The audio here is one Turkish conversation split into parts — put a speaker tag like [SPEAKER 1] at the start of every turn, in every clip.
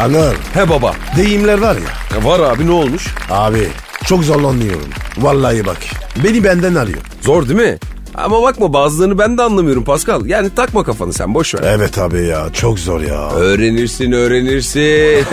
[SPEAKER 1] Anıl
[SPEAKER 2] He baba.
[SPEAKER 1] deyimler var ya.
[SPEAKER 2] Ya var abi ne olmuş?
[SPEAKER 1] Abi çok zorlanıyorum. Vallahi bak. Beni benden arıyor.
[SPEAKER 2] Zor değil mi? Ama bakma bazılarını ben de anlamıyorum Pascal. Yani takma kafanı sen boş ver.
[SPEAKER 1] Evet abi ya çok zor ya.
[SPEAKER 2] Öğrenirsin öğrenirsin.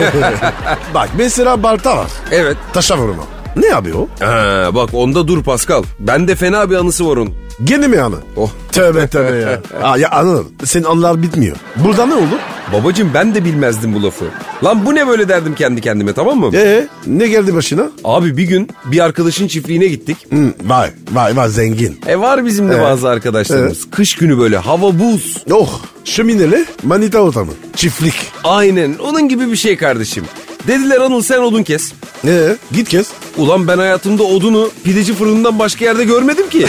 [SPEAKER 1] Bak mesela balta var. E,
[SPEAKER 2] evet.
[SPEAKER 1] Taşa vurma. Ne abi o?
[SPEAKER 2] Ha, bak onda dur Pascal. Bende fena bir anısı var onun.
[SPEAKER 1] Gene mi anı?
[SPEAKER 2] Oh.
[SPEAKER 1] Tövbe tövbe ya. Aa, ya Anıl senin anılar bitmiyor. Burada ne olur?
[SPEAKER 2] Babacım ben de bilmezdim bu lafı. Lan bu ne böyle derdim kendi kendime tamam mı?
[SPEAKER 1] Ee ne geldi başına?
[SPEAKER 2] Abi bir gün bir arkadaşın çiftliğine gittik.
[SPEAKER 1] Hı, vay vay vay zengin.
[SPEAKER 2] E var bizim de bazı arkadaşlarımız. Kış günü böyle hava buz.
[SPEAKER 1] Oh şömineli manita ortamı. Çiftlik.
[SPEAKER 2] Aynen onun gibi bir şey kardeşim. Dediler Anıl sen odun kes.
[SPEAKER 1] Ee git kes.
[SPEAKER 2] Ulan ben hayatımda odunu pideci fırından başka yerde görmedim ki.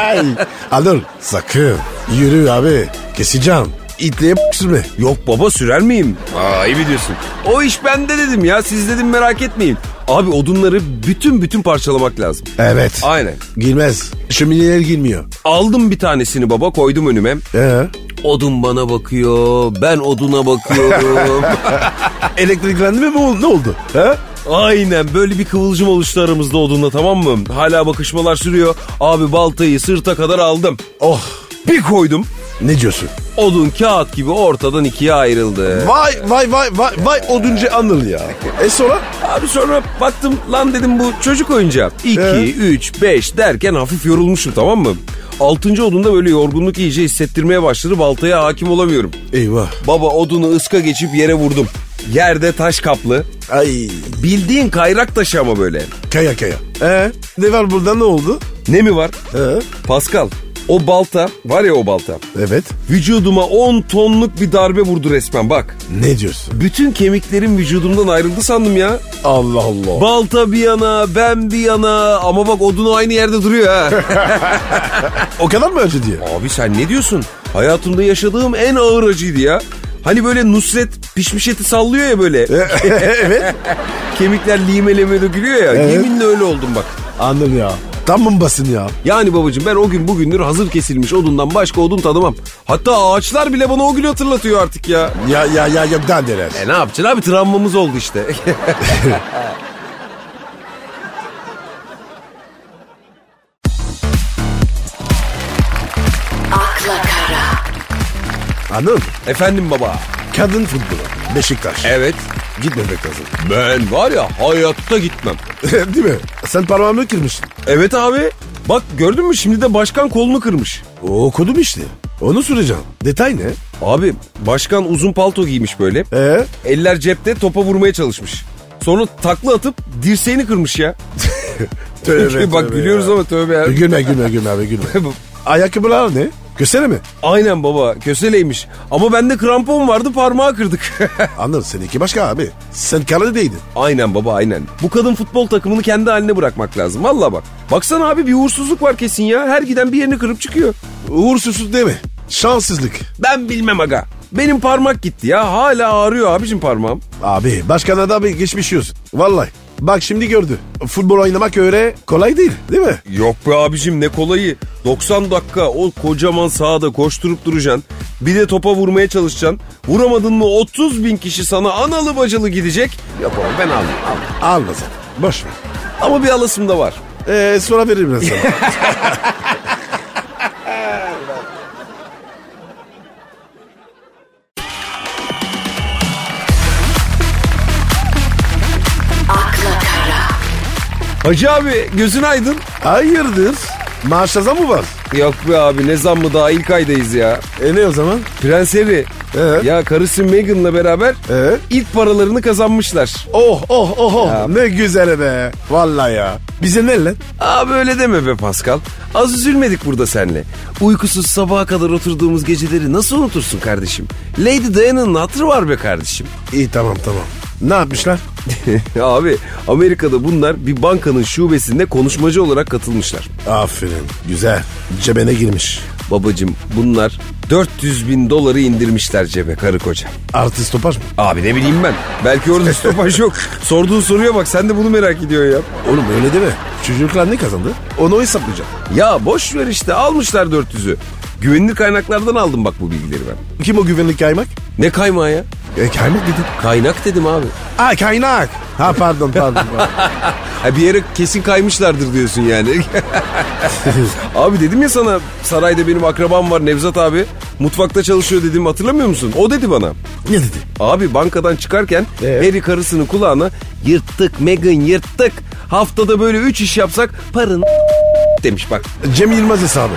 [SPEAKER 1] Ay. Anıl sakın yürü abi keseceğim. İtliğe sürme.
[SPEAKER 2] Yok baba sürer miyim? Aa iyi biliyorsun. O iş bende dedim ya siz dedim merak etmeyin. Abi odunları bütün bütün parçalamak lazım.
[SPEAKER 1] Evet.
[SPEAKER 2] Aynen.
[SPEAKER 1] Girmez. Şömineler girmiyor.
[SPEAKER 2] Aldım bir tanesini baba koydum önüme.
[SPEAKER 1] Ee,
[SPEAKER 2] Odun bana bakıyor, ben oduna bakıyorum.
[SPEAKER 1] elektriklendi mi bu? Ne oldu? He?
[SPEAKER 2] Aynen böyle bir kıvılcım oluştu aramızda odunla tamam mı? Hala bakışmalar sürüyor. Abi baltayı sırta kadar aldım.
[SPEAKER 1] Oh
[SPEAKER 2] Bir koydum.
[SPEAKER 1] ne diyorsun?
[SPEAKER 2] Odun kağıt gibi ortadan ikiye ayrıldı.
[SPEAKER 1] Vay vay vay vay vay oduncu Anıl ya. E sonra?
[SPEAKER 2] Abi sonra baktım lan dedim bu çocuk oyuncağı. 2,
[SPEAKER 1] Ee?
[SPEAKER 2] 3, 5 derken hafif yorulmuşum tamam mı? Altıncı odunda böyle yorgunluk iyice hissettirmeye başladı. Baltaya hakim olamıyorum.
[SPEAKER 1] Eyvah.
[SPEAKER 2] Baba odunu ıska geçip yere vurdum. Yerde taş kaplı.
[SPEAKER 1] Ay
[SPEAKER 2] Bildiğin kayrak taşı ama böyle.
[SPEAKER 1] kaya kaya. Ee, ne var burada ne oldu?
[SPEAKER 2] Ne mi var?
[SPEAKER 1] Ee,
[SPEAKER 2] Pascal o balta var ya o balta.
[SPEAKER 1] evet.
[SPEAKER 2] Vücuduma 10 tonluk bir darbe vurdu resmen bak.
[SPEAKER 1] Ne diyorsun?
[SPEAKER 2] Bütün kemiklerim vücudumdan ayrıldı sandım ya.
[SPEAKER 1] Allah Allah.
[SPEAKER 2] Balta bir yana, ben bir yana ama bak odunu aynı yerde duruyor ha.
[SPEAKER 1] o kadar mı acı diye?
[SPEAKER 2] Abi sen ne diyorsun? Hayatımda yaşadığım en ağır acıydı ya. Hani böyle Nusret pişmiş eti sallıyor ya böyle.
[SPEAKER 1] evet.
[SPEAKER 2] Kemikler limeleme dökülüyor ya.
[SPEAKER 1] Evet.
[SPEAKER 2] Yeminle öyle oldum bak.
[SPEAKER 1] Anıl ya. Tam mı basın ya?
[SPEAKER 2] Yani babacığım ben o gün bugündür hazır kesilmiş odundan başka odun tanımam. Hatta ağaçlar bile bana o günü hatırlatıyor artık ya.
[SPEAKER 1] Ya ya ya ya daha neler.
[SPEAKER 2] E ne yapacaksın abi travmamız oldu işte.
[SPEAKER 3] akla kara,
[SPEAKER 1] Anıl
[SPEAKER 2] Efendim baba.
[SPEAKER 1] kadın futbolu. Beşiktaş.
[SPEAKER 2] Evet.
[SPEAKER 1] Gitmemek lazım.
[SPEAKER 2] Ben var ya hayatta gitmem.
[SPEAKER 1] Değil mi? Sen parmağımı kırmışsın.
[SPEAKER 2] Evet abi. Bak gördün mü şimdi de başkan kolunu kırmış.
[SPEAKER 1] O okudum işte. Onu soracağım. Detay ne?
[SPEAKER 2] Abi başkan uzun palto giymiş böyle.
[SPEAKER 1] Ee?
[SPEAKER 2] Eller cepte topa vurmaya çalışmış. Sonra takla atıp dirseğini kırmış ya. Bak gülüyoruz ama tövbe ya.
[SPEAKER 1] Gülme gülme gülme abi gülme. Ayakkabılar ne? Göstere mi?
[SPEAKER 2] Aynen baba köseleymiş. Ama bende krampon vardı parmağı kırdık.
[SPEAKER 1] Anıl seninki başka abi. Sen Karadeniz'deydin.
[SPEAKER 2] aynen baba aynen. Bu kadın futbol takımını kendi haline bırakmak lazım. Valla bak. Baksana abi bir uğursuzluk var kesin ya. Her giden bir yerini kırıp çıkıyor.
[SPEAKER 1] Uğursuzluk değil mi? Şanssızlık.
[SPEAKER 2] Ben bilmem aga. Benim parmak gitti ya. Hala ağrıyor abicim parmağım.
[SPEAKER 1] Abi başkana da bir geçmiş yüz. Vallahi. Bak şimdi gördü. Futbol oynamak öyle kolay değil değil mi?
[SPEAKER 2] Yok be abicim ne kolayı. 90 dakika o kocaman sahada koşturup duracaksın. Bir de topa vurmaya çalışacaksın. Vuramadın mı 30 bin kişi sana analı bacalı gidecek. Yok oğlum ben aldım.
[SPEAKER 1] Alma sen. Boş ver.
[SPEAKER 2] Ama bir alasım da var.
[SPEAKER 1] Ee, sonra veririm ben sana.
[SPEAKER 3] akla kara,
[SPEAKER 2] Hacı abi gözün aydın.
[SPEAKER 1] Hayırdır? Maaş zam mı var?
[SPEAKER 2] Yok be abi ne zam mı daha ilk aydayız ya.
[SPEAKER 1] E ne o zaman?
[SPEAKER 2] Prens Harry.
[SPEAKER 1] Ee?
[SPEAKER 2] Ya karısı Meghan'la beraber
[SPEAKER 1] Ee?
[SPEAKER 2] ilk paralarını kazanmışlar.
[SPEAKER 1] Oh oh oh oh. Ne güzel be. Vallahi ya. Bize ne lan?
[SPEAKER 2] Aa böyle deme be Pascal. Az üzülmedik burada senle. Uykusuz sabaha kadar oturduğumuz geceleri nasıl unutursun kardeşim? Lady Diana'nın hatırı var be kardeşim.
[SPEAKER 1] İyi tamam tamam. Ne yapmışlar?
[SPEAKER 2] Abi Amerika'da bunlar bir bankanın şubesinde konuşmacı olarak katılmışlar.
[SPEAKER 1] Aferin. Güzel. Cebene girmiş.
[SPEAKER 2] Babacım bunlar 400 bin doları indirmişler cebe karı koca.
[SPEAKER 1] Artist topar mı?
[SPEAKER 2] Abi ne bileyim ben. Belki orada stopaj yok. Sorduğun soruya bak sen de bunu merak ediyorsun ya.
[SPEAKER 1] Oğlum öyle deme. Çocuklar ne kazandı? Onu hesaplayacağım.
[SPEAKER 2] Ya boş ver işte almışlar 400'ü. Güvenilir kaynaklardan aldım bak bu bilgileri ben.
[SPEAKER 1] Kim o güvenlik kaymak?
[SPEAKER 2] Ne kaymağı ya?
[SPEAKER 1] E, kaynak dedim.
[SPEAKER 2] Kaynak dedim abi.
[SPEAKER 1] Ha kaynak. Ha pardon pardon.
[SPEAKER 2] Ha, bir yere kesin kaymışlardır diyorsun yani. abi dedim ya sana sarayda benim akrabam var Nevzat abi. Mutfakta çalışıyor dedim hatırlamıyor musun? O dedi bana.
[SPEAKER 1] ne dedi?
[SPEAKER 2] Abi bankadan çıkarken
[SPEAKER 1] Ee?
[SPEAKER 2] Harry karısının kulağına yırttık Megan yırttık. Haftada böyle 3 iş yapsak parın demiş bak.
[SPEAKER 1] Cem Yılmaz hesabı.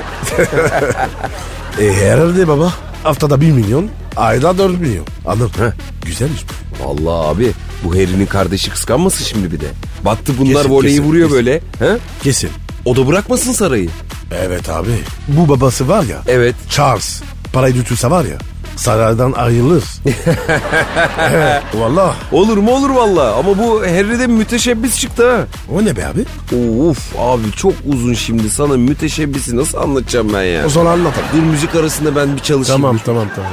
[SPEAKER 1] e, herhalde baba. Haftada 1 milyon, ayda 4 milyon. Anladın mı? Güzelmiş.
[SPEAKER 2] Vallahi abi bu Harry'nin kardeşi kıskanmasın şimdi bir de. Battı bunlar
[SPEAKER 1] Kesin,
[SPEAKER 2] voleyi
[SPEAKER 1] kesin,
[SPEAKER 2] vuruyor
[SPEAKER 1] kesin.
[SPEAKER 2] böyle. He?
[SPEAKER 1] Kesin.
[SPEAKER 2] O da bırakmasın sarayı.
[SPEAKER 1] Evet abi. Bu babası var ya.
[SPEAKER 2] Evet.
[SPEAKER 1] Charles. Parayı götürse var ya. Saraydan ayrılır. evet, Valla.
[SPEAKER 2] Olur mu olur vallahi ama bu Harry'de müteşebbis çıktı ha.
[SPEAKER 1] O ne be abi?
[SPEAKER 2] Of abi çok uzun şimdi sana müteşebbisi nasıl anlatacağım ben ya?
[SPEAKER 1] O zaman anlatalım.
[SPEAKER 2] Dur müzik arasında ben bir çalışayım.
[SPEAKER 1] Tamam tamam tamam.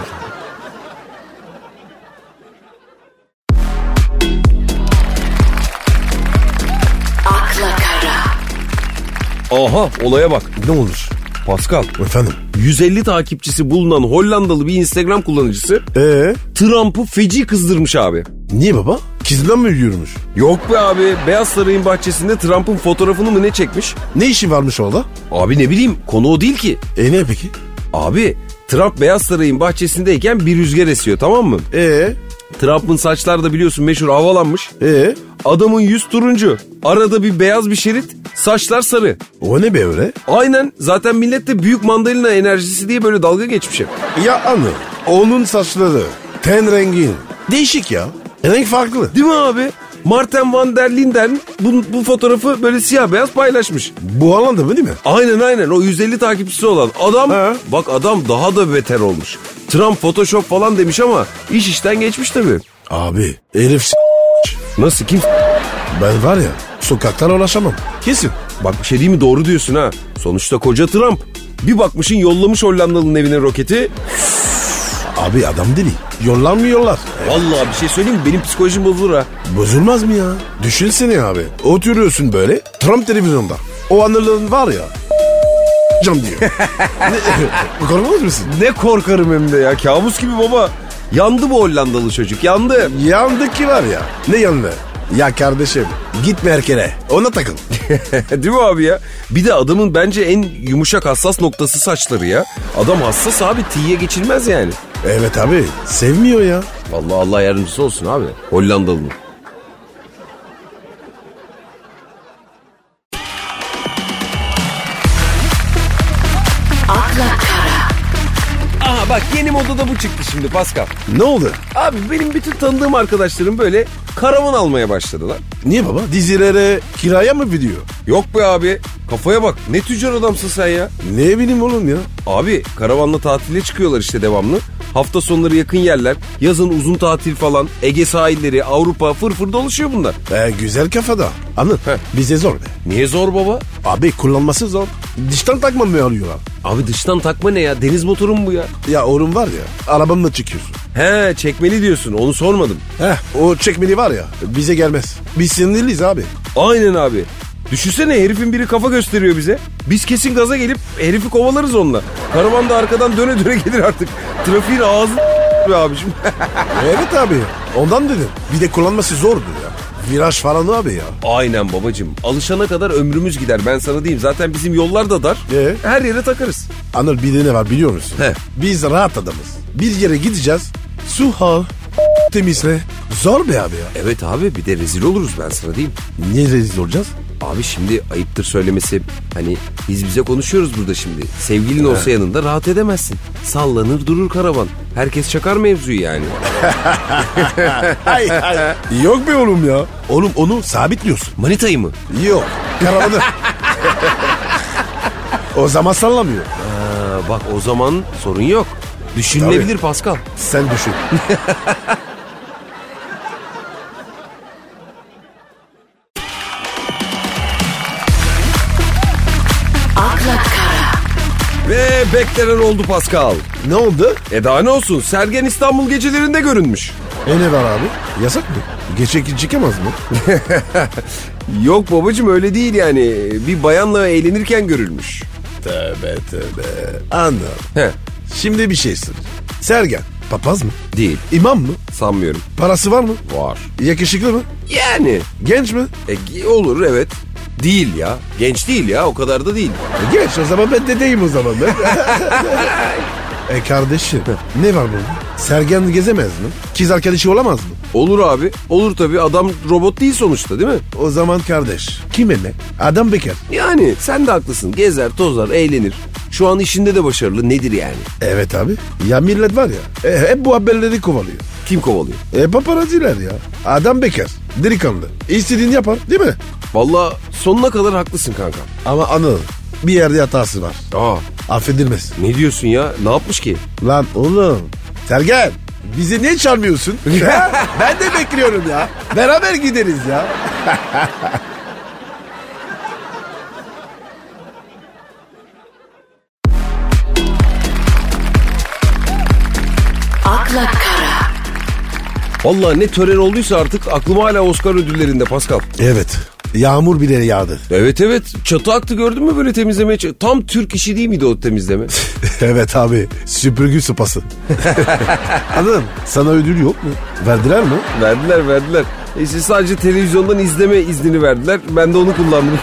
[SPEAKER 3] akla kara,
[SPEAKER 2] Aha olaya bak.
[SPEAKER 1] Ne olur?
[SPEAKER 2] Pascal.
[SPEAKER 1] Efendim?
[SPEAKER 2] 150 takipçisi bulunan Hollandalı bir Instagram kullanıcısı
[SPEAKER 1] Ee,
[SPEAKER 2] Trump'ı feci kızdırmış abi.
[SPEAKER 1] niye baba? Kızla mı yürümüş?
[SPEAKER 2] Yok be abi Beyaz Saray'ın bahçesinde Trump'ın fotoğrafını mı ne çekmiş?
[SPEAKER 1] Ne işi varmış orada?
[SPEAKER 2] Abi ne bileyim konu o değil ki.
[SPEAKER 1] E ne peki?
[SPEAKER 2] Abi Trump Beyaz Saray'ın bahçesindeyken bir rüzgar esiyor tamam mı?
[SPEAKER 1] Ee,
[SPEAKER 2] Trump'ın saçları da biliyorsun meşhur havalanmış.
[SPEAKER 1] ee,
[SPEAKER 2] Adamın yüz turuncu. Arada bir beyaz bir şerit. Saçlar sarı.
[SPEAKER 1] o ne be öyle?
[SPEAKER 2] Aynen zaten millet de büyük mandalina enerjisi diye böyle dalga geçmiş hep.
[SPEAKER 1] Ya anı, onun saçları, ten rengin. Değişik ya. Renk farklı.
[SPEAKER 2] Değil mi abi? Martin van der Linden bu, bu fotoğrafı böyle siyah beyaz paylaşmış.
[SPEAKER 1] Bu Hollanda mı değil mi?
[SPEAKER 2] Aynen aynen o 150 takipçisi olan adam
[SPEAKER 1] He.
[SPEAKER 2] bak adam daha da beter olmuş. Trump Photoshop falan demiş ama iş işten geçmiş tabii.
[SPEAKER 1] Abi, herif s-
[SPEAKER 2] Nasıl kim?
[SPEAKER 1] ben var ya, sokaktan ulaşamam. Kesin.
[SPEAKER 2] Bak bir şey değil mi doğru diyorsun ha. Sonuçta koca Trump. Bir bakmışın yollamış Hollandalı'nın evine roketi.
[SPEAKER 1] Abi adam deli. Yollanmıyorlar.
[SPEAKER 2] Vallahi bir şey söyleyeyim mi benim psikolojim bozulur ha.
[SPEAKER 1] Bozulmaz mı ya? Düşünsene abi. Oturuyorsun böyle, Trump televizyonda. O anıların var ya, cam diyor. ne, korkmaz mısın?
[SPEAKER 2] Ne korkarım hem de ya kabus gibi baba. Yandı bu Hollandalı çocuk yandı.
[SPEAKER 1] Yandaki var ya. Ne yandı? Ya kardeşim git Merkel'e ona takıl.
[SPEAKER 2] Değil mi abi ya? Bir de adamın bence en yumuşak hassas noktası saçları ya. Adam hassas abi tiye geçilmez yani.
[SPEAKER 1] evet abi sevmiyor ya.
[SPEAKER 2] Vallahi Allah yardımcısı olsun abi Hollandalı'nın.
[SPEAKER 3] akla kara,
[SPEAKER 2] Aha bak yeni modada bu çıktı şimdi Pascal.
[SPEAKER 1] Ne oldu?
[SPEAKER 2] Abi benim bütün tanıdığım arkadaşlarım böyle karavan almaya başladılar.
[SPEAKER 1] Niye baba? Dizilere kiraya mı gidiyor?
[SPEAKER 2] Yok be abi kafaya bak ne tüccar adamsın sen ya.
[SPEAKER 1] Ne bileyim oğlum ya.
[SPEAKER 2] Abi karavanla tatile çıkıyorlar işte devamlı. Hafta sonları yakın yerler, yazın uzun tatil falan, Ege sahilleri, Avrupa fırfır dolaşıyor bunlar.
[SPEAKER 1] E, güzel kafada. Anladın?
[SPEAKER 2] Heh.
[SPEAKER 1] Bize zor be.
[SPEAKER 2] Niye zor baba?
[SPEAKER 1] Abi kullanması zor. Dişten takma mı alıyorlar?
[SPEAKER 2] Abi dıştan takma ne ya? Deniz motoru mu bu ya?
[SPEAKER 1] Ya oğlum var ya arabamla çıkıyorsun.
[SPEAKER 2] He çekmeli diyorsun onu sormadım.
[SPEAKER 1] Heh, o çekmeli var ya bize gelmez. Biz sinirliyiz abi.
[SPEAKER 2] Aynen abi. Düşünsene herifin biri kafa gösteriyor bize. Biz kesin gaza gelip herifi kovalarız onunla. Karavan da arkadan döne döne gelir artık. Trafiğin ağzı be abicim.
[SPEAKER 1] evet abi ondan dedim. Bir de kullanması zordu ya. Viraj falan abi ya.
[SPEAKER 2] Aynen babacım. Alışana kadar ömrümüz gider ben sana diyeyim. Zaten bizim yollar da dar.
[SPEAKER 1] Ee?
[SPEAKER 2] Her yere takarız.
[SPEAKER 1] Anıl bir de ne var biliyor musun?
[SPEAKER 2] He.
[SPEAKER 1] Biz rahat adamız. Bir yere gideceğiz. Su al. Temizle. Zor be abi ya.
[SPEAKER 2] Evet abi bir de rezil oluruz ben sana diyeyim.
[SPEAKER 1] Niye rezil olacağız?
[SPEAKER 2] Abi şimdi ayıptır söylemesi hani biz bize konuşuyoruz burada şimdi. Sevgilin olsa yanında rahat edemezsin. Sallanır durur karavan. Herkes çakar mevzuyu yani.
[SPEAKER 1] Ay, ay. Yok be oğlum ya. Oğlum onu sabitliyorsun.
[SPEAKER 2] Manitayı mı?
[SPEAKER 1] Yok. Karavanı. o zaman sallamıyor.
[SPEAKER 2] Ha, Ee, bak o zaman sorun yok. Düşünülebilir
[SPEAKER 1] Tabii.
[SPEAKER 2] Pascal.
[SPEAKER 1] Sen düşün.
[SPEAKER 3] akla kara,
[SPEAKER 2] Ve beklenen oldu Pascal.
[SPEAKER 1] ne oldu?
[SPEAKER 2] E daha ne olsun Sergen İstanbul gecelerinde görünmüş.
[SPEAKER 1] E ne var abi? Yasak mı? Geçe çıkamaz mı?
[SPEAKER 2] Yok babacım öyle değil yani. Bir bayanla eğlenirken görülmüş.
[SPEAKER 1] tövbe tövbe. Anladım.
[SPEAKER 2] He
[SPEAKER 1] Şimdi bir şey sor. Sergen. Papaz mı?
[SPEAKER 2] değil.
[SPEAKER 1] İmam mı?
[SPEAKER 2] Sanmıyorum.
[SPEAKER 1] Parası var mı?
[SPEAKER 2] Var.
[SPEAKER 1] Yakışıklı mı?
[SPEAKER 2] Yani
[SPEAKER 1] Genç mi?
[SPEAKER 2] e, gi- olur evet. Değil ya. Genç değil ya o kadar da değil.
[SPEAKER 1] E, Genç o zaman ben dedeyim o zaman ben. e kardeşim ne var bunda? Sergen gezemez mi? Kız arkadaşı olamaz mı?
[SPEAKER 2] Olur abi. Olur tabii adam robot değil sonuçta değil mi?
[SPEAKER 1] O zaman kardeş kime ne? Adam bekar.
[SPEAKER 2] Yani sen de haklısın. Gezer, tozar, eğlenir. Şu an işinde de başarılı nedir yani?
[SPEAKER 1] Evet abi. Ya millet var ya e, hep bu haberleri kovalıyor.
[SPEAKER 2] Kim kovalıyor?
[SPEAKER 1] E paparaziler ya. Adam bekar. Delikanlı. İstediğini yapar değil mi?
[SPEAKER 2] Vallahi sonuna kadar haklısın kanka.
[SPEAKER 1] Ama anıl bir yerde hatası var.
[SPEAKER 2] Aa
[SPEAKER 1] Affedilmez.
[SPEAKER 2] ne diyorsun ya? Ne yapmış ki?
[SPEAKER 1] Lan oğlum. Sergen bizi niye çağırmıyorsun? Ya, ben de bekliyorum ya. Beraber gideriz ya.
[SPEAKER 3] akla kara,
[SPEAKER 2] Vallahi ne tören olduysa artık aklım hala Oscar ödüllerinde Pascal.
[SPEAKER 1] Evet. Yağmur bile yağdı.
[SPEAKER 2] Evet evet çatı aktı gördün mü böyle temizlemeye? ç- Tam Türk işi değil miydi o temizleme?
[SPEAKER 1] evet abi. Süpürgü sopası. Anıl sana ödül yok mu? Verdiler mi?
[SPEAKER 2] verdiler verdiler. İşte sadece televizyondan izleme iznini verdiler. Ben de onu kullandım.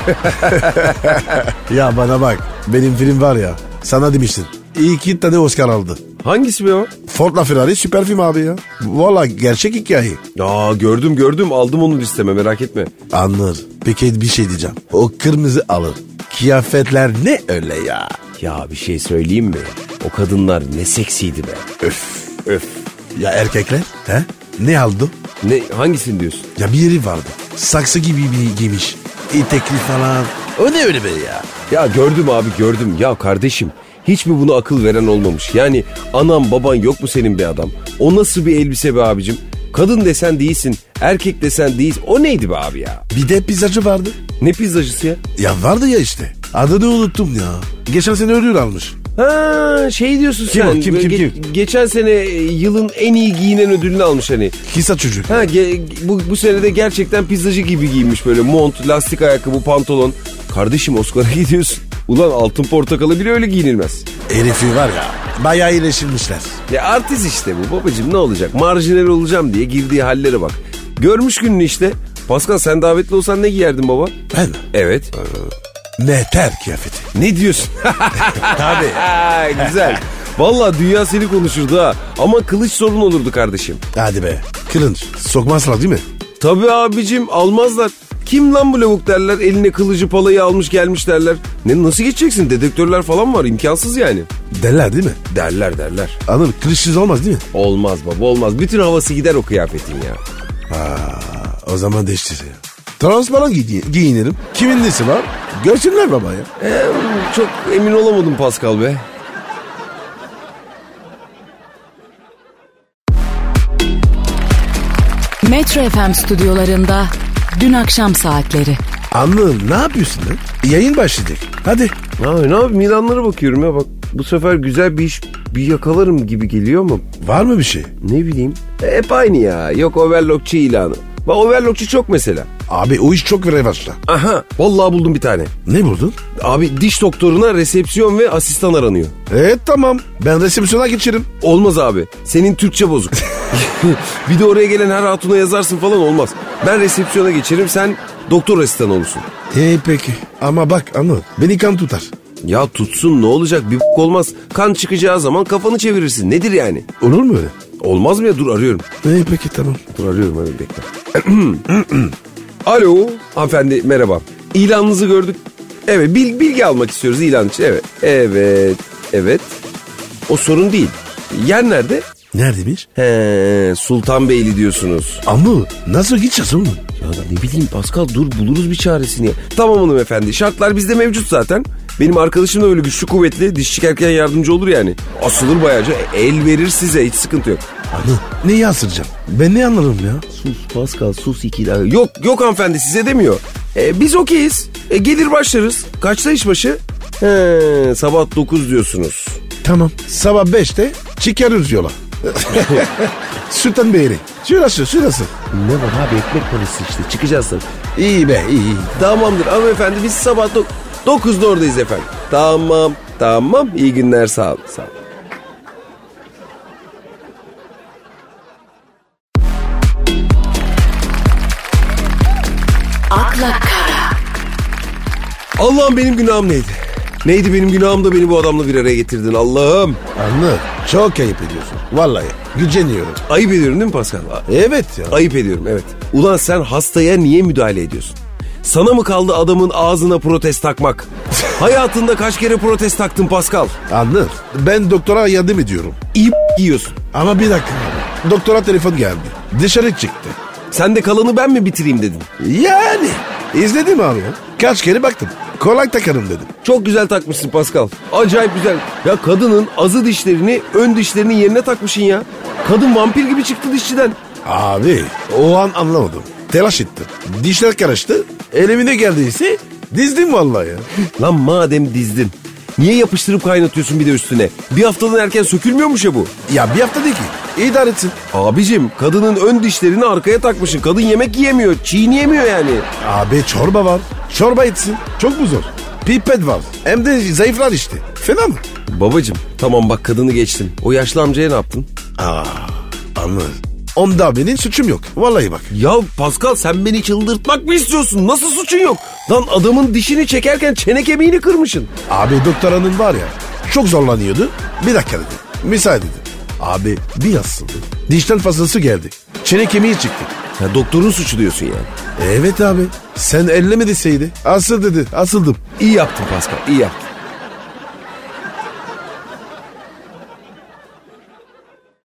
[SPEAKER 1] Ya bana bak. Benim film var ya. Sana demiştin. İki tane Oscar aldı.
[SPEAKER 2] Hangisi be o?
[SPEAKER 1] Ford'la Ferrari süper film abi ya. Valla gerçek hikaye.
[SPEAKER 2] Aa gördüm gördüm aldım onu listeme merak etme.
[SPEAKER 1] Anır. Peki bir şey diyeceğim. O kırmızı alır. Kıyafetler ne öyle ya?
[SPEAKER 2] Ya bir şey söyleyeyim mi? O kadınlar ne seksiydi be.
[SPEAKER 1] Öf.
[SPEAKER 2] Öf.
[SPEAKER 1] Ya erkekler? He? Ne aldı?
[SPEAKER 2] Ne hangisini diyorsun?
[SPEAKER 1] Ya bir yeri vardı. Saksı gibi bir giymiş. İtekli falan. O ne öyle be ya?
[SPEAKER 2] Ya gördüm abi gördüm. Ya kardeşim hiç mi buna akıl veren olmamış? Yani anan baban yok mu senin be adam? O nasıl bir elbise be abicim? Kadın desen değilsin, erkek desen değilsin. O neydi be abi ya?
[SPEAKER 1] Bir de pizzacı vardı.
[SPEAKER 2] Ne pizzacısı ya?
[SPEAKER 1] Ya vardı ya işte. Adını unuttum ya. Geçen sene ödül almış.
[SPEAKER 2] Ha şey diyorsun
[SPEAKER 1] Kim
[SPEAKER 2] sen.
[SPEAKER 1] o? Kim, kim,
[SPEAKER 2] ge-
[SPEAKER 1] kim?
[SPEAKER 2] Geçen sene e, yılın en iyi giyinen ödülünü almış hani.
[SPEAKER 1] Kisa çocuk.
[SPEAKER 2] Ha ge- bu, bu sene de gerçekten pizzacı gibi giymiş böyle mont, lastik ayakkabı, pantolon. Kardeşim Oscar'a gidiyorsun. Ulan altın portakalı bile öyle giyinilmez.
[SPEAKER 1] Herifi var ya. Bayağı iyileştirmişler.
[SPEAKER 2] Ya artist işte bu babacım ne olacak? Marjinal olacağım diye girdiği hallere bak. Görmüş gününü işte. Pascal sen davetli olsan ne giyerdin baba?
[SPEAKER 1] Ben mi?
[SPEAKER 2] Evet.
[SPEAKER 1] Meter kıyafeti.
[SPEAKER 2] Ne diyorsun?
[SPEAKER 1] Tabii.
[SPEAKER 2] Ay, Güzel. Valla dünya seni konuşurdu ha. Ama kılıç sorun olurdu kardeşim.
[SPEAKER 1] Hadi be. Kılınç. Sokmazlar değil mi?
[SPEAKER 2] Tabii abicim almazlar. Kim lan bu lavuk derler eline kılıcı palayı almış gelmiş derler. Ne nasıl geçeceksin dedektörler falan var imkansız yani.
[SPEAKER 1] Derler değil mi?
[SPEAKER 2] Derler derler.
[SPEAKER 1] Anıl kılıçsız olmaz değil mi?
[SPEAKER 2] Olmaz baba olmaz. Bütün havası gider o kıyafetin ya.
[SPEAKER 1] O zaman değiştir ya. Transparan giy- giyinirim. Kimin nesi var? Görsünler baba ya.
[SPEAKER 2] Çok emin olamadım Pascal be.
[SPEAKER 4] Metro FM stüdyolarında dün akşam saatleri.
[SPEAKER 1] Anıl ne yapıyorsun lan? Yayın başladık. Hadi.
[SPEAKER 2] Ya ne yapayım Milanlara bakıyorum ya bak bu sefer güzel bir iş bir yakalarım gibi geliyor ama
[SPEAKER 1] Var mı bir şey?
[SPEAKER 2] ne bileyim. Hep aynı ya yok overlockçı ilanı. Bak overlockçu çok mesela.
[SPEAKER 1] Abi o iş çok revaçta.
[SPEAKER 2] Aha vallahi buldum bir tane.
[SPEAKER 1] Ne buldun?
[SPEAKER 2] Abi diş doktoruna resepsiyon ve asistan aranıyor.
[SPEAKER 1] Evet E, tamam. Ben resepsiyona geçerim.
[SPEAKER 2] Olmaz abi senin Türkçe bozuk. bir de oraya gelen her hatuna yazarsın falan olmaz. Ben resepsiyona geçerim sen doktor asistanı olursun.
[SPEAKER 1] İyi E, peki. Ama bak Anıl beni kan tutar.
[SPEAKER 2] Ya tutsun ne olacak bir b- olmaz. Kan çıkacağı zaman kafanı çevirirsin nedir yani?
[SPEAKER 1] Olur mu öyle?
[SPEAKER 2] Olmaz mı ya dur arıyorum.
[SPEAKER 1] İyi peki tamam.
[SPEAKER 2] Dur arıyorum hemen bekle. Alo hanımefendi merhaba. İlanınızı gördük. Evet bil- bilgi almak istiyoruz ilan için evet. Evet evet. O sorun değil. Yer nerede?
[SPEAKER 1] Neredeymiş?
[SPEAKER 2] He, Sultanbeyli diyorsunuz.
[SPEAKER 1] Anıl nasıl gideceğiz oğlum?
[SPEAKER 2] Ya ne bileyim Pascal dur buluruz bir çaresini. Tamam hanımefendi şartlar bizde mevcut zaten. Benim arkadaşım da öyle güçlü kuvvetli diş çıkarken yardımcı olur yani. Asılır bayağıca el verir size hiç sıkıntı yok.
[SPEAKER 1] Anıl neyi asıracağım? Ben ne anlarım ya?
[SPEAKER 2] Sus Pascal sus iki dakika. Yok yok hanımefendi size demiyor. E, biz okeyiz. E, gelir başlarız. Kaçta iş başı? He, sabah 9 diyorsunuz.
[SPEAKER 1] Tamam. Sabah 5'te çıkarız yola. Sütten beyri. Şurası şurası.
[SPEAKER 2] Ne var abi ekmek parası işte çıkacağız tabii.
[SPEAKER 1] İyi be iyi. iyi.
[SPEAKER 2] Tamamdır hanımefendi biz sabah 9'da oradayız efendim. Tamam tamam iyi günler sağ olun sağ olun. Allah'ım benim günahım neydi? Neydi benim günahım da beni bu adamla bir araya getirdin Allah'ım.
[SPEAKER 1] Anlı çok ayıp ediyorsun. Vallahi güceniyorum.
[SPEAKER 2] Ayıp ediyorum değil mi Pascal?
[SPEAKER 1] Evet ya.
[SPEAKER 2] Ayıp ediyorum evet. Ulan sen hastaya niye müdahale ediyorsun? Sana mı kaldı adamın ağzına protez takmak? Hayatında kaç kere protez taktın Pascal?
[SPEAKER 1] Anlı ben doktora yardım ediyorum.
[SPEAKER 2] İyi yiyorsun.
[SPEAKER 1] Ama bir dakika. Doktora telefon geldi. Dışarı çıktı.
[SPEAKER 2] Sen de kalanı ben mi bitireyim dedin.
[SPEAKER 1] Yani izledim abi. ya. Kaç kere baktım. Kolay takarım dedim.
[SPEAKER 2] Çok güzel takmışsın Pascal. Acayip güzel. Ya kadının azı dişlerini ön dişlerinin yerine takmışsın ya. Kadın vampir gibi çıktı dişçiden.
[SPEAKER 1] Abi o an anlamadım. Telaş ettim. Dişler karıştı. Elimine geldiyse dizdim vallahi ya.
[SPEAKER 2] Lan madem dizdin. Niye yapıştırıp kaynatıyorsun bir de üstüne? Bir haftadan erken sökülmüyormuş ya bu.
[SPEAKER 1] Ya bir hafta değil ki. İdare etsin.
[SPEAKER 2] Abicim kadının ön dişlerini arkaya takmışsın. Kadın yemek yiyemiyor, çiğneyemiyor yani.
[SPEAKER 1] Abi çorba var. Çorba etsin. Çok mu zor? Pipet var. Hem de zayıflar işte. Fena mı?
[SPEAKER 2] Babacım tamam bak kadını geçtim. O yaşlı amcaya ne yaptın?
[SPEAKER 1] Aa, ama onda benim suçum yok. Vallahi bak.
[SPEAKER 2] Ya Pascal sen beni çıldırtmak mı istiyorsun? Nasıl suçun yok? Lan adamın dişini çekerken çene kemiğini kırmışsın.
[SPEAKER 1] Abi doktoranın var ya çok zorlanıyordu. Bir dakika dedi. Müsaade dedi. Abi bir yasıldı. Dişten fazlası geldi. Çene kemiği çıktı.
[SPEAKER 2] Ya doktorun suçu diyorsun yani.
[SPEAKER 1] Evet abi. Sen elleme deseydi. Asıl dedi. Asıldım.
[SPEAKER 2] İyi yaptın Pascal iyi yaptın.